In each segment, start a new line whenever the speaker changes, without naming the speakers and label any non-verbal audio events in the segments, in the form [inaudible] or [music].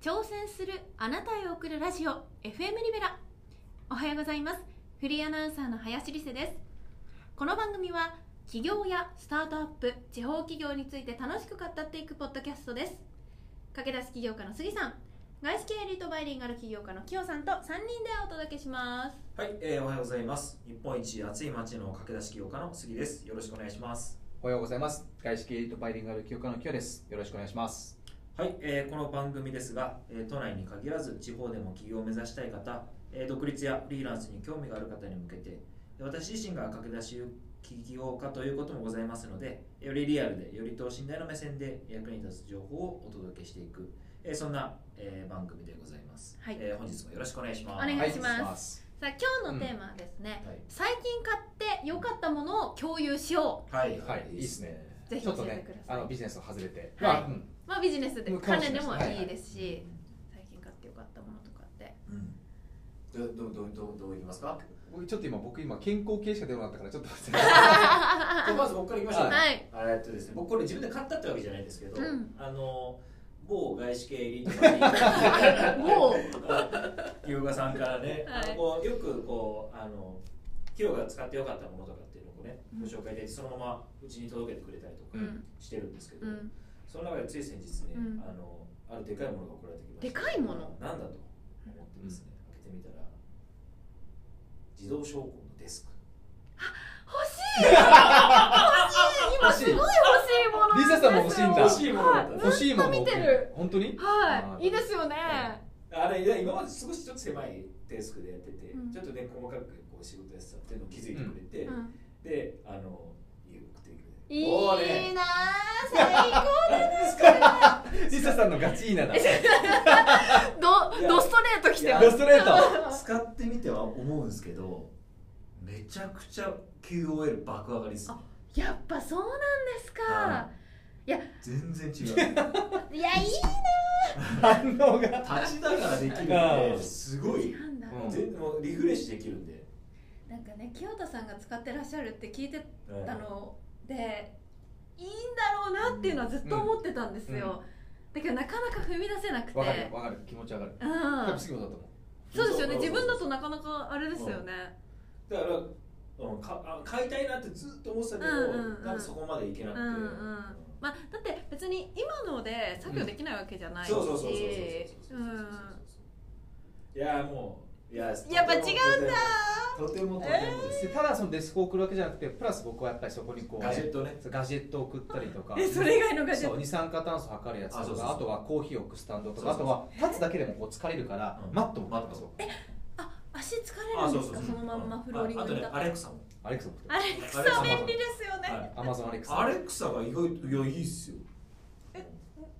挑戦するあなたへ送るラジオ FM リベラおはようございますフリーアナウンサーの林理瀬ですこの番組は企業やスタートアップ地方企業について楽しく語っていくポッドキャストです駆け出し起業家の杉さん外資系エリートバイリンガル企業家のキヨさんと3人でお届けします
はい、えー、おはようございます。日本一暑い街の駆け出し起業家の杉です。よろしくお願いします。
おはようございます。外資系エリートバイリンガル教科のキヨです。よろしくお願いします。
はい、えー、この番組ですが、えー都内に限らず地方でも起業を目指したい方、えー独立やフリーランスに興味がある方に向けて、私自身が駆け出し起業家ということもございますので、よりリアルで、より等身大の目線で役に立つ情報をお届けしていく、えーそんな、えー番組でございます。
はい
えー本日もよろしくお願いします。
お願いします
はす。
さあ今日のテーマはですね、
はい
最近買って良かったものを共有しよ
はい、
はい、いいです。ね。
ぜひ
ちょっと
教えて
ね
ください、
あのビジネスを外れて、
はい
まあうん
うまあビジネスで
うん
関連でも
かもしれない
いいですし、
う
最近買って良かったものとか [laughs] って
ん。どどどどどういきま
[laughs]
すか。
僕ちょっと今僕今健康系しか出なかったからちょっと忘れ
じゃあまず僕からいきましょうか、
はい
えっとですね、僕これ自分で買ったってわけじゃないんですけど、
うん
あの某外資系リート
[laughs] もう
優香さんからね、
はい
あのこうよくこうあの企業が使ってよかったものとかっていうのをね
うん
ご紹介でそのままうちに届けてくれたりとか
うん
してるんですけど、
うん
その中でつい先日ね、
うん
あのあるでかいものが送られてきました
でかいもの
なんだと思ってですね、開けてみたら自動昇降のデスク
欲し
[laughs]
い今すごい欲しいもの
リサさんも欲しいんだ
欲
欲
し
し
い
い
も
も
の
の
なんですよずっと
だったん
て。欲しいもの。
見てる
本当に？
は
あー
いいいですよね、
あれいや今まで少しちょっと狭いデスクでやってて、
うん
ちょっとね細かくこう仕事やってたっていうのを気づいてくれて、
うん
であのゆくてくれ
いい
おーね
なあ最高
リサさんのガチいいなだ。ド
い
ど
や
ドストレート来てま
いや
す
ストレート。
使ってみては思うんですけどめちゃくちゃ QOL 爆上がりっすね
やっぱそうなんですか、
はい
や
全然違う立
い、
ち
やいい
反応が。
ながらできるん [laughs]
あ
で
あ
すごい
なんだ、
うん
全もうリフレッシュできるんで、
なんかね清田さんが使ってらっしゃるって聞いて
うん
たのでいいんだろうなっていうのはずっと思ってたんですよ、だけどなかなか踏み出せなくて
わかるわかる気持ちわかる。
うん
多分杉本だと思
そうですよね
そうそうそう
自分だとなかなかあれですよね、
だから、うん、かあ買いたいなってずっと思ってたけど、
うんうんうん
なんかそこまでいけなく
う
て、
んうんまあ、だって別に今ので作業できないわけじゃないし、
そうそうそうそうそうそうそうそうそう
うん
いやもういや
やっぱ違うんだ
とてもとてもとてもです
う。でただそのデスクを送るわけじゃなくて、プラス僕はやっぱりそこにこう
ガジェットね
そうガジェットを送ったりとか。
えそれ以外のガジェ
そ
ッ
う
ト
二酸化炭素測るやつとか
あ
あ
そうそうそう
とはコーヒーを置くスタンドとか
そうそう
あとは立つだけでもこう疲れるから、
うん
マットも買ってます
マッ
あ足疲れるんですかそのまんまフローリング
ああと
に
ね
立って
アレクサも
アレクサも買
ア
っ
レクサ便利ですよね、
はい
てアマゾンアレクサ
アレクサが意外といやいいっすよ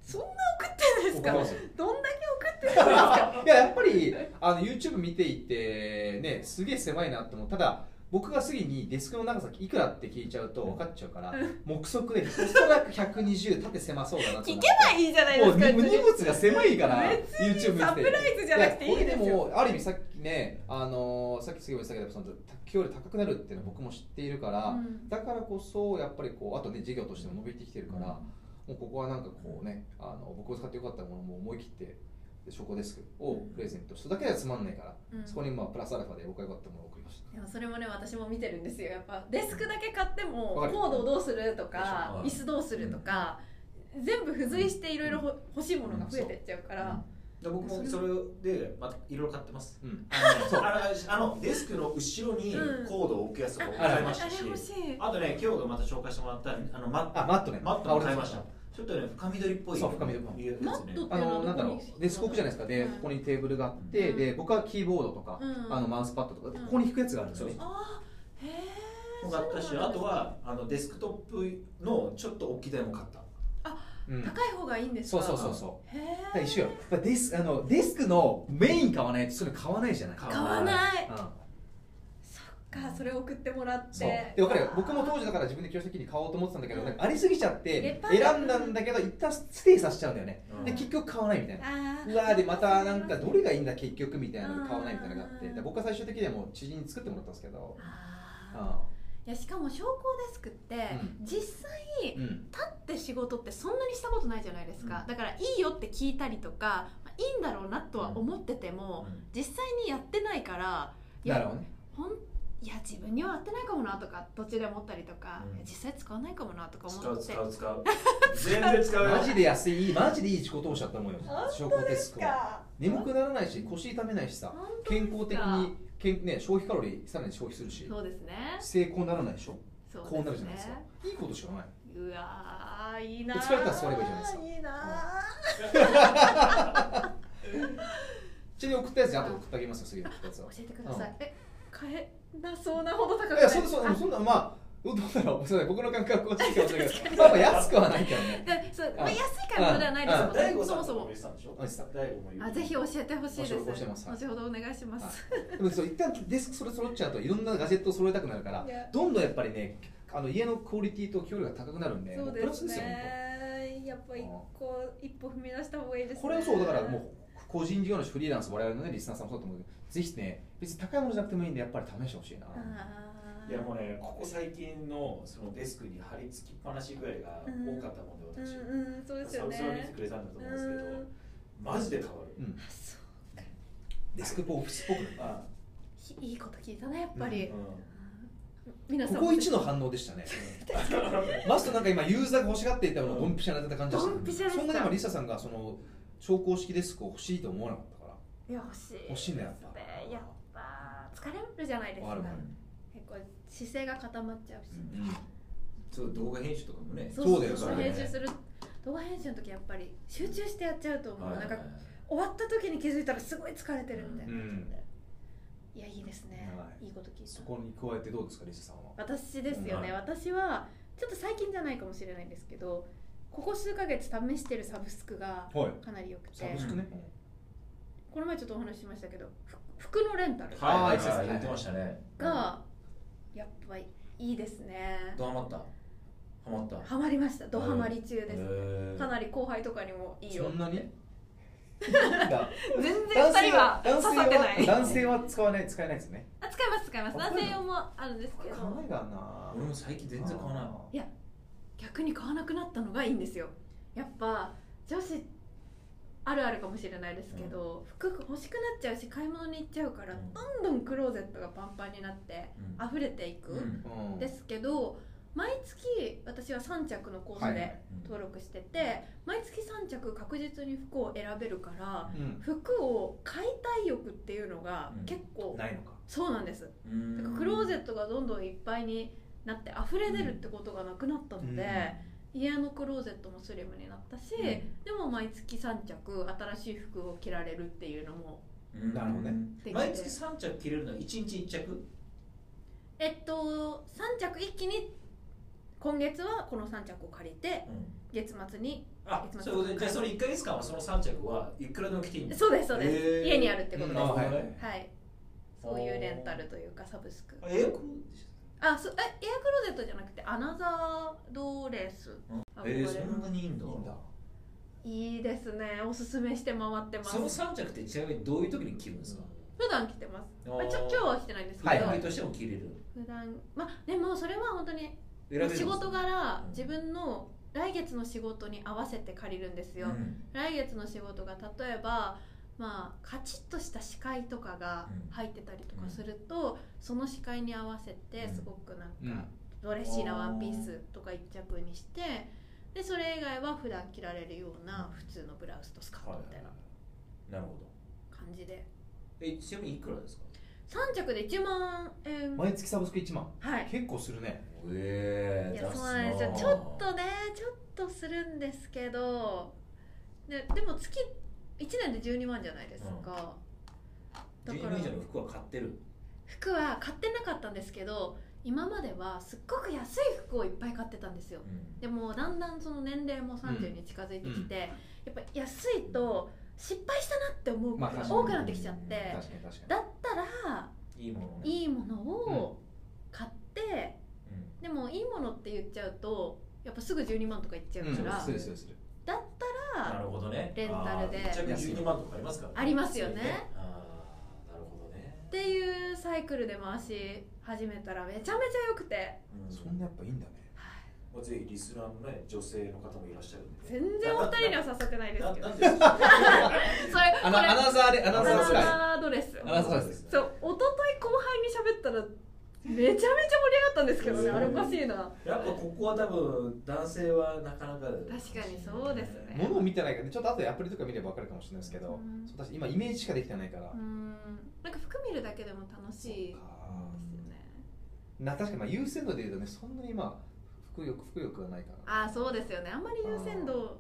そんな送ってんですか
送ってます
どんだけ送ってる
いややっぱりあの YouTube 見ていてねすげえ狭いなと思うただ僕が次にデスクの長さいくらって聞いちゃうと分かっちゃうから、目測でおそらく120縦狭そうだなと思
聞け
って
ばいいじゃないで
も
す
う
か
荷物が狭いから
別
YouTube 見てて
サプライズじゃなくていいです
やこれで
よ
もある意味さっきね、あのーさっき杉本さんが言ったけどその給料高くなるっていうのは僕も知っているから、
うん
だからこそやっぱりこうあとね事業としても伸びてきてるから、もうここはなんかこうねあの僕を使ってよかったものも思い切ってで証拠デスクをプレゼントしただけではつまんないから、
うん
そこにまあプラスアルファで僕が良かったものを送りました
でもそれもね私も見てるんですよやっぱデスクだけ買っても
わかる
コードをどうすると
う
か
ん
椅子どうするとか全部付随していろいろ欲しいものが増えてっちゃうから
で僕もそれでまたいろいろ買って
[laughs]
ます
うん
あのあのあのデスクの後ろに
うん
コードを置くやつとかも
あ
買い
あ
ま
れ
したし、
欲しい
あとね今日がまた紹介してもらったあのマッ
あマットね
マットも買いました
あ俺も
ちょっとね深緑っぽい
そう深緑っぽい
やつね
マット
あのなんだろ
どこ
う
に
デスク置くじゃないですかで
うん
ここにテーブルがあって、
うん
で僕はキーボードとか、
うん
あのマウスパッドとか
うん
ここに引くやつがあるんですよね、
あーへえ
も買ったしあとはあのデスクトップのちょっと大きい台も買った
うん
高い方がいいんです
そ
か
うそうそうそう
へえ
だから一緒よやっぱデスあのデスクのメイン買わないとそれ買わないじゃない
買
買わな
う
い
ん
そっかそれ送ってもらって
そうで分かるよ僕も当時だから自分で教室的に買おうと思ってたんだけど、
うん
なんかありすぎちゃって
いっ
選
ぱいある
んだんだけど一旦ステイさせちゃうんだよね、
うん
で結局買わないみたいな、
あー
うわーでまたなんかどれがいいんだ結局みたいな
うん
買わないみたいなのがあってで僕は最終的にはもう知人に作ってもらったんですけど、
あーい
う
やしかも商工デスクって、実際
うん
立って仕事ってそんなにしたことないじゃないですか、
うん
だからいいよって聞いたりとかまあいいんだろうなとは思ってても、実際にやってないからい
なる
や
ほどね
ほんいや自分には合ってないかもなとか途中で思ったりとか、
うん
いや実際使わないかもなとか思
使う
って
使う使う全然使うよ
マジで安いいいマジでいい仕事をしたと思うよ商工デスクは
か
眠くならないし腰痛めないしさ
本当です
健
か
康的にけん、ね、消費カロリーさらに消費するし
そうですね
成功ならないでしょ
そうですね
こうなるじゃないですかいいことしかないう
わーいいなー
疲れたら座ればいいじゃないですか
いいな
ちなみに送ったやつに後で送ってあげますよ次送ったやつ
ー
は
教えてください、え買えなそうなほど高くない
いやそんなそんなそんなまあどうだろう [laughs] すいません僕の感覚は違うけどまあまあ安くはないけどね
でそう、まあ、
うん
安い買い物ではないですもん
大
ね
悟
そ
さ
も
ん
そ
も
も
言ってたんでしょ
あ言ってた
大悟も言う
あぜひ教えてほしいです
教えてほしいですはい
後ほどお願いします、
でもそう一旦デスクそれ揃っちゃうといろんなガジェットを揃えたくなるから
いや
どんどんやっぱりねあの家のクオリティと強度が高くなるんで
そ
も
う
うプ
で
ラス
す
ですよ本
ねやっぱ一個一歩踏み出した方がいいです
当
ね
これはそうだからもう個人事業主フリーランス我々のねリスナーさんもそうだと思うけどぜひね別に高いものじゃなくてもいいんでやっぱり試してほしいな
あー
いやもうねここ最近のそのデスクに貼り付きっぱなし具合が多かったもんで私、
うんうんそうですよね
それを見てくれたんだと思うんですけど、
うん
マジで変わる、
うん
あそ
デスクポオフィスっ
[laughs]
ぽくなる
あ
うひいいこと聞いたねやっぱり、
うん
[laughs] 皆さ
こ
ん
こ一
の
の反応でしたねマストなんか今ユーザーが欲しがっていたものをドンピシャになってた感じ
ドンピ
でし
シャ
た
でした
そんなに今リサさんがその昇降式デスクを欲しいと思わなかったから
いや欲しい
欲しいんだやっぱ
ねやっぱ疲れるじゃないですか
わかるわかる
結構姿勢が固まっちゃうし、
そう動画編集とかもね
そうだよ
そう
そうだよ
編集する動画編集の時やっぱり集中してやっちゃうと思う、
はい
なんか終わった時に気づいたらすごい疲れてるみたいな、
うん
いやいいですね、
はい
い、いこと聞いた
そこに加えてどうですかリサさんは
私ですよね、
うん
私はちょっと最近じゃないかもしれないんですけどここ数ヶ月試してるサブスクが
はい
かなり良くて
サブスクね、
この前ちょっとお話ししましたけどふ服のレンタル
は
はい
い
はい、はい、言
言
っ
っ
てて
ま
ま
し
したね
がやっぱいいですね
どうハマったハマった
ハマりましたドハマり中です、
え
かなり後輩とかにもいいよ
そ
[laughs]
んなに
全然
男
二
性
人は
は
刺
男性
さってない
は男性は使わない使えないですね
あ使います使います男性用もあるんですけど
買わないからな
俺も最近全然買わない
逆に買わなくなったのがいいんですよやっぱ女子あるあるかもしれないですけど、服欲しくなっちゃうし買い物に行っちゃうから、
うん
どんどんクローゼットがパンパンになって
うん
溢れていくん
うん
ですけど、毎月私は3着のコー
は
ス
い
で登録してて、毎月3着確実に服を選べるから
うん
服を買いたい欲っていうのが
うん
結構
ないのか
そうなんですだからクローゼットがどんどんいっぱいになって溢れ出るってことがなくなったので、家のクローゼットもスリムになったし、
うん
でも毎月3着新しい服を着られるっていうのも
うん
なるほどね
できて
毎月三着着れるのは一日一着
えっと3着一気に今月はこの3着を借りて月末に
あ
いつまでも
そういうことでじゃあその一ヶ月間はその三着はいくらでも着ていいんだ
そうですそうです、
へー
家にあるってことです、
うんあ
は
はいい
そういうレンタルというかサブスク
あエアコ
あそうえエアクローゼットじゃなくてアナザードレス
ンえー、そんなにいいん
い
だ
いんだ
いいですねおすすめして回ってます
その三着ってちなみにどういう時に着るんですか、
普段着てます
あ
まあ、
ー
ちょ今日は着てないんですけど、
はい
番組としても着れる
普段まあでもそれは本当に
選べるんです
仕
ね
事柄
うん
自分の来月の仕事に合わせて借りるんですよ、
うん
来月の仕事が例えばまあカチッとした司会とかが入ってたりとかすると、その司会に合わせて
うん
すごくなんか
うん
ドレッシーなワンピースとか一着にしてでそれ以外は普段着られるような普通のブラウスとスカートみたいな
なるほど
感じで
えちなみにいくらですか
3着で1万円
毎月サブスク1万
はい
結構するね
え
いやそうなんですよちょっとねちょっとするんですけどででも月1年で12万じゃないですか、
12
だから
以上の服は買ってる
服は買ってなかったんですけど今まではすっごく安い服をいっぱい買ってたんですよでもだんだんその年齢も30に近づいてきて、やっぱ安いと失敗したなって思うこと
まあ
が
確かに
多くなってきちゃって、
確かに確か
だったら
いいものね
いいものを買って、でもいいものって言っちゃうとやっぱすぐ12万とかいっちゃう
にう
か
ん
ら、
するするする
だったら
なるほどね
レンタルで
あー一着12万とかありますから
ありますよね
ああなるほどね
っていうサイクルで回し始めたらめちゃめちゃ良くて、はい
そんなやっぱいいんだね
まあ、ぜひリスナーのね女性の方もいらっしゃるんで、
全然お二人には誘くないです
な
けど
な
それ
んで
それ
アナアナザーでア
ア
ナザー
ナ
ス
ザ
カイ
ードレス
アナザーです
そう一昨日後輩に喋ったらめちゃめちゃ盛り上がったんですけどね
うん
あれおかしいな
やっぱここは多分男性はなかなか
確
確
かにそうですね
物を見てないからねちょっと後でアプリとか見れば分かるかもしれないですけど、
うん
そう私今イメージしかできてないから、
うーんなんか服見るだけでも楽しいですよ
あ
ね
ーな確かにまあ優先度で言うとねそんなに今服欲服欲がないから
ああそうですよねあんまり優先度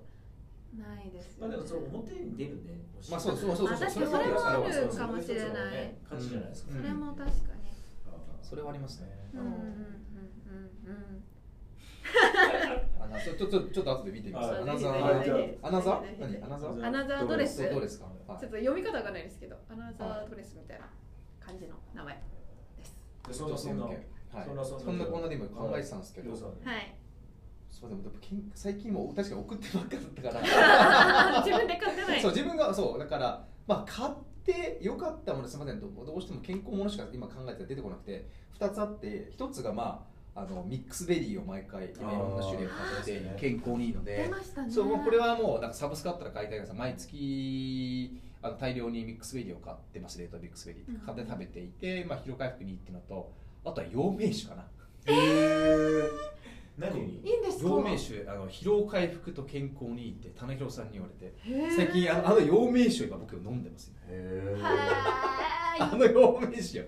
ないです
ま
よね
あでもその表に出るね
まあそうそうそうそう
あ確かに
それはある
そうそう
かもしれない
そはね価値じゃないですか、
う
そ
ん
れも確か
それはありますね
にう
あ
んうんうんうんうん
あなちょちょちょちょっと後で見てみます
はい
アナザ
はい
ー
じゃ
アナザー
ぜひ
何アナザー
アナザードレス
そうどうですか、はい
ちょっと読み方がないですけどアナザードレスみたいな感じの名前です
でそんなそんな
はい、
そんなそんな
そんなこんなで今考えてたんですけど、
要素はね
はい
そうでもやっぱけん最近もう確かに送ってばっかだったから
あー自分で買ってない
そう自分がそうだからまあ買って良かったものすみませんどどうしても健康ものしか今考えてたら出てこなくて2つあって1つがまああのミックスベリーを毎回今いろんな種類を買っ
あー
て健康にいいの
出
で
ましたね
そうもうこれはもうなんかサブスクあったら買いたいから毎月あの大量にミックスベリーを買ってます冷凍ミックスベリー買って食べていて、まあ、疲労回復にいいっていうのとあとは陽明酒かな
えー、何に
いいんですか
陽明酒あの疲労回復と健康にいいって棚広さんに言われて
へー
最近あのあの陽明酒を今僕飲んでますね
へ
は
あの陽明酒よ
ーい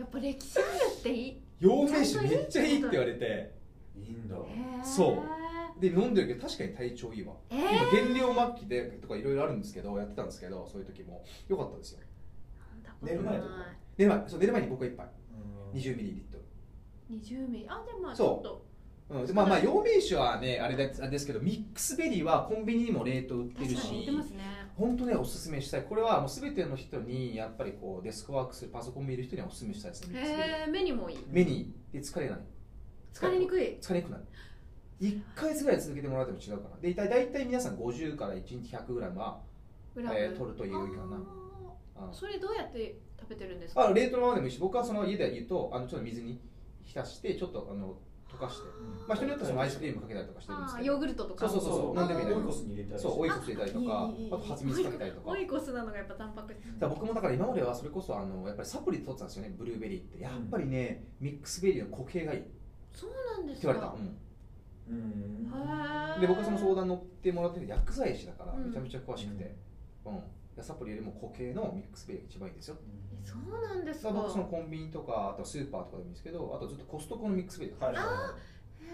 やっぱ歴史あるっていい
陽明酒めっちゃいいって言われて
ーいいんだ
へー
そうで飲んでるけど確かに体調いいわ
え
今
ー
減量末期でとかいろいろあるんですけどやってたんですけどそういう時も良かったですよ
飲んだこと
寝る前とか
ない
寝る前そう寝る前に僕は1杯
うん
2 0ミリリットル
20ミリあでもまあち
そう
ょっと
うん、でまあまあ陽明酒はねあれですあれですけどミックスベリーはコンビニにも冷凍売って
確
る
かに
し
似てますね
本当ねおすすめしたいこれはもう全ての人にやっぱりこうデスクワークするパソコン見る人にはおすすめしたいですねミックスベリー
へえ目にもいい
目にで疲れない
疲れにくい
疲れにくくなる1ヶ月ぐらい続けてもらっても違うかなで大体大体皆さん50から1日 100g は、
グラム
えー、取るというよりかな
あ
あ
ーそれどうやって食べてるんです
あ
か
冷凍のままでもいいし僕はその家で言うとあのちょっと水に浸してちょっとあの溶かしてまあ人によってはそのアイスクリームかけたりとかしてるんです
あー
け
ヨー
ど
グルトとか
そうそうそう飲んでみたい
オイコスに入れたりして
そうオイコス入れたりとかあ
いいいいいい
と蜂蜜かけたりとか
オイコスなのがやっぱタンパク質
だから僕もだから今まではそれこそあのやっぱりサプリで取ってたんですよねブルーベリーってやっぱりね、ミックスベリーの固形がいいって
そうなんです
言
か
われた、うん
うん
へー
で僕はその相談乗ってもらってる薬剤師だから
うん
めちゃめちゃ詳しくて、うんサプリよりも固形のミックスベリーが一番いいですよ
えそうなんです
だ
か
から僕そのコンビニとかあとはスーパーとかでもいいんですけどあとずっとコストコのミックスベリー、
はい
え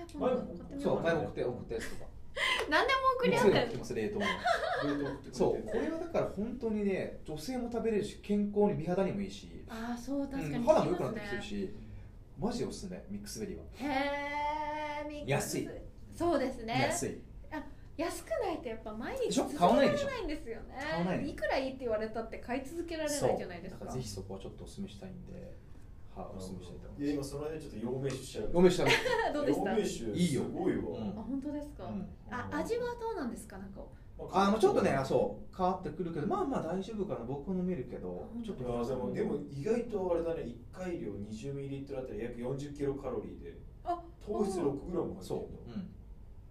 ー今度買ってみ
そ
よ
う
う
前も送って送ったやつとか
何でも送り合
も
っ
うすぐ送
て
ってます冷凍の
冷凍ってくれて
そうこれはだから本当にね女性も食べれるし健康に美肌にもいいし、
ああそう
う
確か
ん、
に
肌も良くなってきてる
し
しマジでおすすめミックスベリーは
へえミックス
安い
そうですね
安い
安くないとやっぱ毎
で
日
しょ
続け
買わ
ら
ない
れ
でしょ
ないんですよね
買わないの
くらいいって言われたって買い続けられないじゃないです
だ
か
からぜひそこはちょっとお勧めしたいんで、はお勧めしたいと思い
いや今その間ちょっと陽明酒しちゃう
ます。嫁し
[laughs] どうでした
陽明酒
いいよ
すごいわ、
うん
あ本当ですか、
たの。
あ味はどうなんですかなんか
あもうちょっとね、あそう変わってくるけど、まあまあ大丈夫かな。僕は飲めるけど、ちょっ
い
と。
やでもでも意外とあれだね1回量 20ml あたり約40キロカロリーで
あ
糖質 6g が
そう。うん。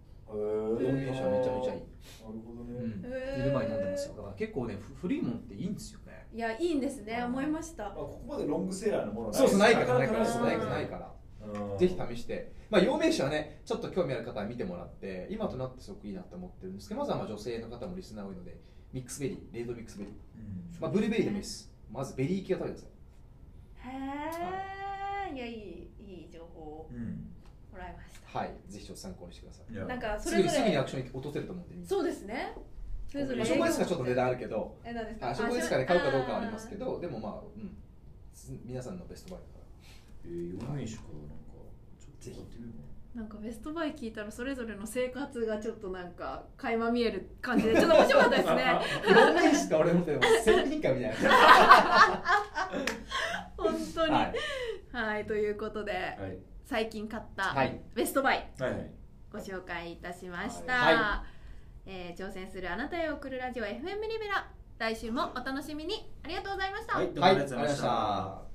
うへえ
陽明酒はめちゃめちゃ
な
いい。
るほど
う
ね、
ん。
へー
寝る前に飲んでますよ。だから結構ね、ふ古いもんっていいんですよね。
いやいいんですね思いまし
まあ、
た
ここまでロングセラーのもの
そうそうないから
な
ないいから
そう
ないからない
か
から。
ら
ぜひ試して、まあ、陽明酒はね、ちょっと興味ある方は見てもらって、今となってすごくいいなと思ってるんですけど、まずはまあ女性の方もリスナー多いので、ミックスベリー、冷凍ミックスベリ
うん
ー、まあ、ブルーベリーでもいいです。まずベリー系を食べてください。
へえいやいいいい情報を
うん
もらいました
はい、ぜひちょっと参考にしてください。
いや
なんかそ
す
れ
ぐ
ぞ
にすぐに
れ
アクションに落とせると思うんで、みんな
そうですねそれぞれ
ま
営
あ、そ
業
こですかちょっと値段あるけど、
え何ですか
あそこですかね、買うかどうかはありますけ
ど
ど、でもまあ、うん、す皆さんのベストバイだから。
えー、陽明酒かなんかちょっと買ってみようかな
なんかベストバイ聞いたらそれぞれの生活がちょっとなんか垣間見える感じでちょっと面白かったですね
[laughs] 陽明酒って俺思っても、責任感みたいな。
本当には
はいい、
ということで、
はい
最近買った
はい
ベストバイ
はいはい
ご紹介いたしました、
は
えー挑戦するあなたへ送るラジオ FM リベラ来週もお楽しみにありがとうございました、
はいどうも
は
あ
い、あ
り
り
がと
がと
う
う
ござ
ござ
い
い
ま
ま
し
したた。